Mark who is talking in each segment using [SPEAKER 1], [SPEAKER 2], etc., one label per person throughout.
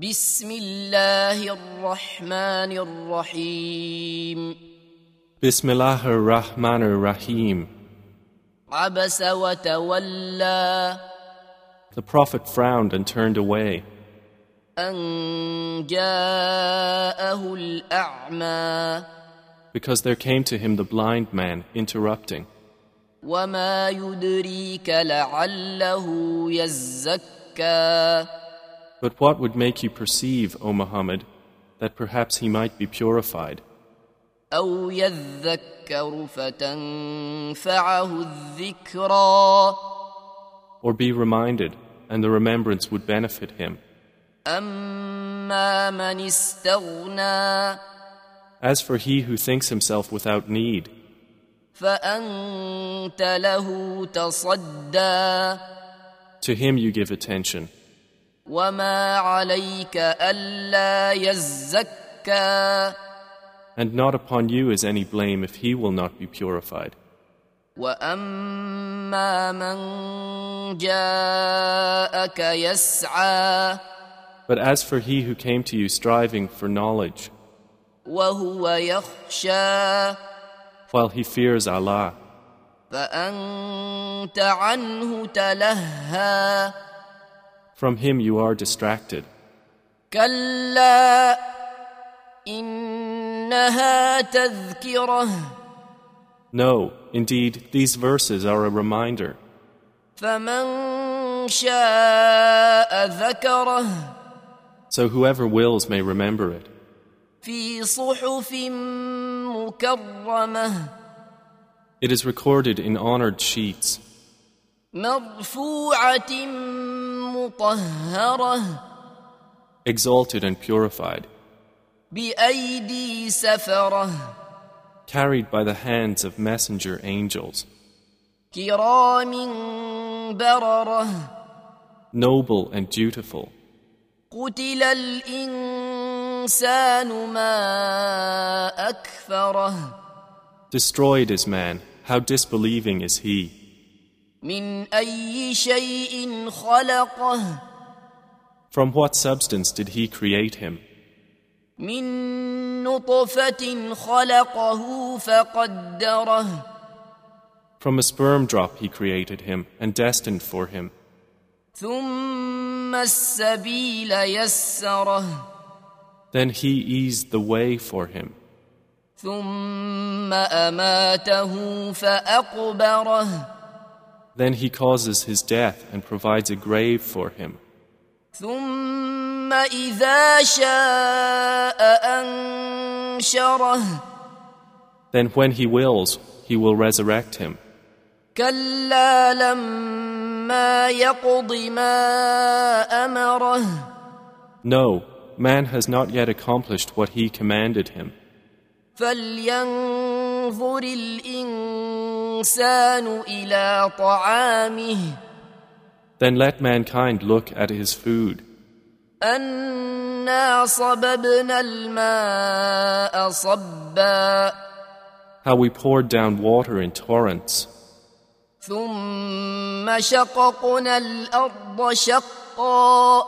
[SPEAKER 1] بسم الله الرحمن الرحيم
[SPEAKER 2] Bismillah ar-Rahman ar-Rahim.
[SPEAKER 1] عبس وتولى
[SPEAKER 2] The Prophet frowned and turned away
[SPEAKER 1] أن جاءه الأعمى
[SPEAKER 2] because there came to him the blind man interrupting.
[SPEAKER 1] وما يدريك لعله يزكى
[SPEAKER 2] But what would make you perceive, O Muhammad, that perhaps he might be purified,
[SPEAKER 1] أو يذكر فتنفعه الذكرى
[SPEAKER 2] or be reminded, and the remembrance would benefit him?
[SPEAKER 1] أما من استغنى
[SPEAKER 2] As for he who thinks himself without need,
[SPEAKER 1] فأنت له تصدى
[SPEAKER 2] to him you give attention,
[SPEAKER 1] وما عليك ألا يزكى
[SPEAKER 2] and not upon you is any blame if he will not be purified.
[SPEAKER 1] وأما من جاءك يسعى
[SPEAKER 2] But as for he who came to you striving for knowledge,
[SPEAKER 1] وهو يخشى
[SPEAKER 2] while he fears Allah,
[SPEAKER 1] فأنت عنه تلهى
[SPEAKER 2] from him you are distracted.
[SPEAKER 1] كلا إنها تذكرة
[SPEAKER 2] No, indeed, these verses are a reminder.
[SPEAKER 1] فمن شاء ذكره
[SPEAKER 2] So whoever wills may remember it,
[SPEAKER 1] في صحف مكرمة
[SPEAKER 2] it is recorded in honored sheets,
[SPEAKER 1] مرفوعة مطهرة
[SPEAKER 2] exalted and purified,
[SPEAKER 1] بأيدي سفرة
[SPEAKER 2] carried by the hands of messenger angels,
[SPEAKER 1] كرام بررة
[SPEAKER 2] noble and dutiful.
[SPEAKER 1] قتل الإنسان ما أكفره
[SPEAKER 2] Destroyed is man, how disbelieving is he,
[SPEAKER 1] من أي شيء خلقه
[SPEAKER 2] from what substance did he create him?
[SPEAKER 1] من نطفة خلقه فقدره
[SPEAKER 2] From a sperm drop he created him, and destined for him.
[SPEAKER 1] ثم السبيل يسره
[SPEAKER 2] Then he eased the way for him,
[SPEAKER 1] ثم أماته فأقبره
[SPEAKER 2] then he causes his death and provides a grave for him.
[SPEAKER 1] ثم إذا شاء أنشره
[SPEAKER 2] Then when he wills, he will resurrect him.
[SPEAKER 1] كلا لما يقض ما أمره
[SPEAKER 2] No, man has not yet accomplished what he commanded him.
[SPEAKER 1] فلينظر الإنسان إلى طعامه
[SPEAKER 2] Then let mankind look at his food,
[SPEAKER 1] أنا صببنا الماء صبا
[SPEAKER 2] how we poured down water in torrents,
[SPEAKER 1] ثم شققنا الأرض شقا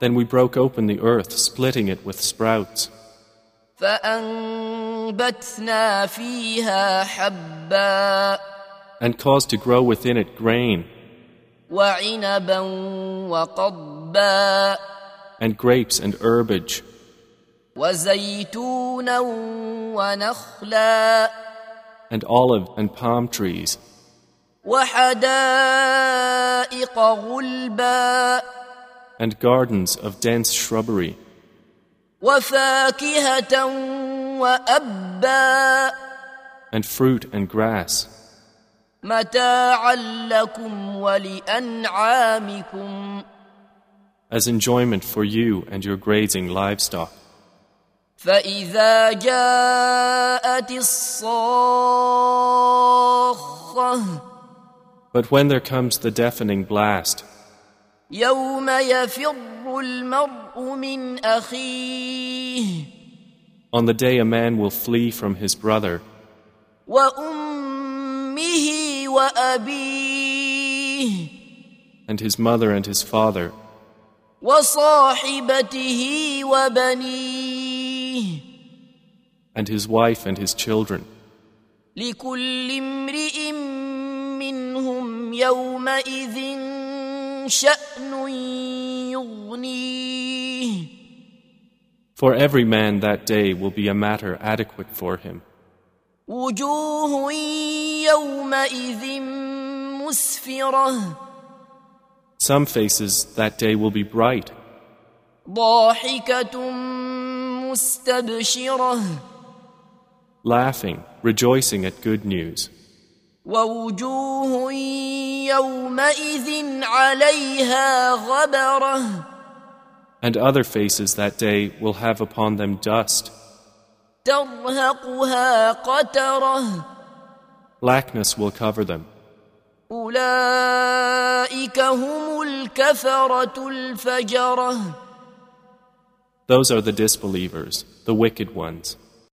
[SPEAKER 2] then we broke open the earth, splitting it with sprouts,
[SPEAKER 1] فأنبتنا فيها حبا
[SPEAKER 2] and caused to grow within it grain,
[SPEAKER 1] وعنبا وقضبا
[SPEAKER 2] and grapes and herbage,
[SPEAKER 1] وزيتونا ونخلا
[SPEAKER 2] and olive and palm trees,
[SPEAKER 1] وحدائق غلبا
[SPEAKER 2] and gardens of dense shrubbery,
[SPEAKER 1] وفاكهة وأبا
[SPEAKER 2] and fruit and grass,
[SPEAKER 1] متاعا لكم ولأنعامكم
[SPEAKER 2] as enjoyment for you and your grazing livestock.
[SPEAKER 1] فإذا جاءت الصاخة
[SPEAKER 2] But when there comes the deafening blast,
[SPEAKER 1] يوم يفر المرء من أخيه
[SPEAKER 2] On the day a man will flee from his brother,
[SPEAKER 1] وأمه وأبيه
[SPEAKER 2] and his mother and his father,
[SPEAKER 1] وصاحبته وبنيه
[SPEAKER 2] and his wife and his children.
[SPEAKER 1] لكل امرئ منهم يومئذ شأن يغنيه
[SPEAKER 2] For every man that day will be a matter adequate for him.
[SPEAKER 1] وجوه يومئذ مسفرة
[SPEAKER 2] Some faces that day will be bright,
[SPEAKER 1] ضاحكة مستبشرة
[SPEAKER 2] laughing, rejoicing at good news,
[SPEAKER 1] ووجوه يومئذ عليها غبرة
[SPEAKER 2] and other faces that day will have upon them dust,
[SPEAKER 1] ترهقها قترة
[SPEAKER 2] blackness will cover them.
[SPEAKER 1] أولئك هم الكفرة الفجرة
[SPEAKER 2] Those are the disbelievers, the wicked ones.